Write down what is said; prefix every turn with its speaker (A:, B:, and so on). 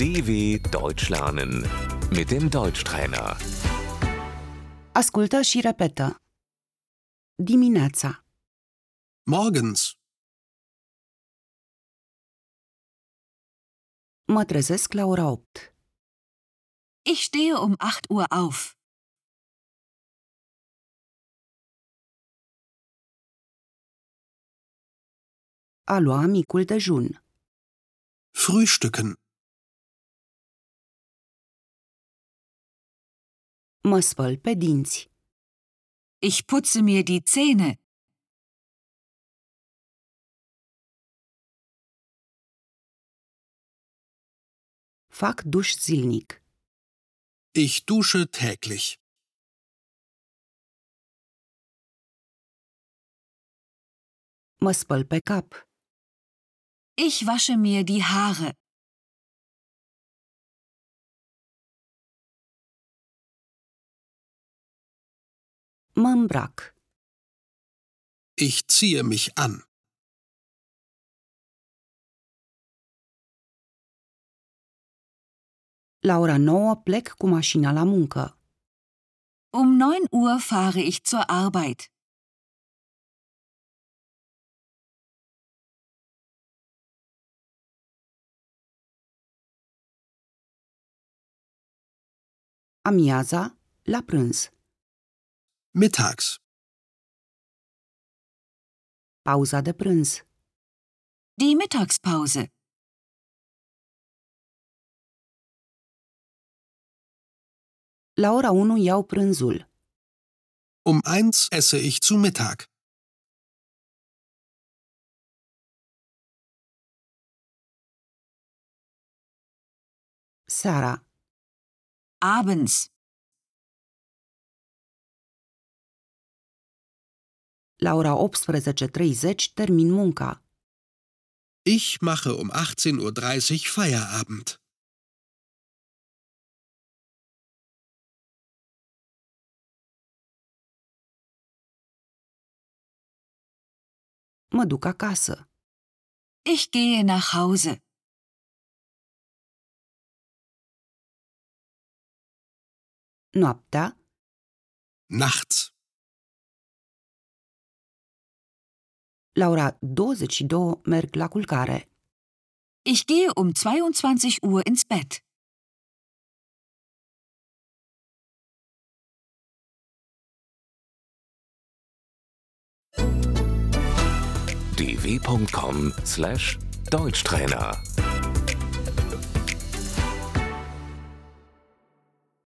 A: DW Deutsch lernen mit dem Deutschtrainer.
B: Ascultă și repetă. Dimineața,
C: Morgens.
B: mă trezesc la ora 8.
D: Ich stehe um 8 Uhr auf.
B: A lua micul dejun.
C: Frühstücken.
B: Mă spăl pe dinți.
D: Ich putze mir die Zähne.
B: Fac duș zilnic.
C: Ich dusche täglich.
B: Mă spăl pe cap.
D: Ich wasche mir die Haare.
B: Mă îmbrac.
C: Ich ziehe mich an.
B: La ora 9 plec cu mașina la muncă.
D: Um 9 Uhr fahre ich zur Arbeit.
B: Amiaza, la prânz.
C: Mittags.
B: Pauza de prânz.
D: Die Mittagspause.
B: La ora 1 iau prânzul.
C: Um eins esse ich zu Mittag.
B: Seara,
D: Abends.
B: la ora 18.30 termin munca.
C: Ich mache um 18.30 Uhr Feierabend.
B: Mă duc acasă.
D: Ich gehe nach Hause.
B: Noaptea,
C: Nachts.
B: la ora 22 merg la culcare.
D: Ich gehe um 22 Uhr ins Bett.
A: dw.com/deutschtrainer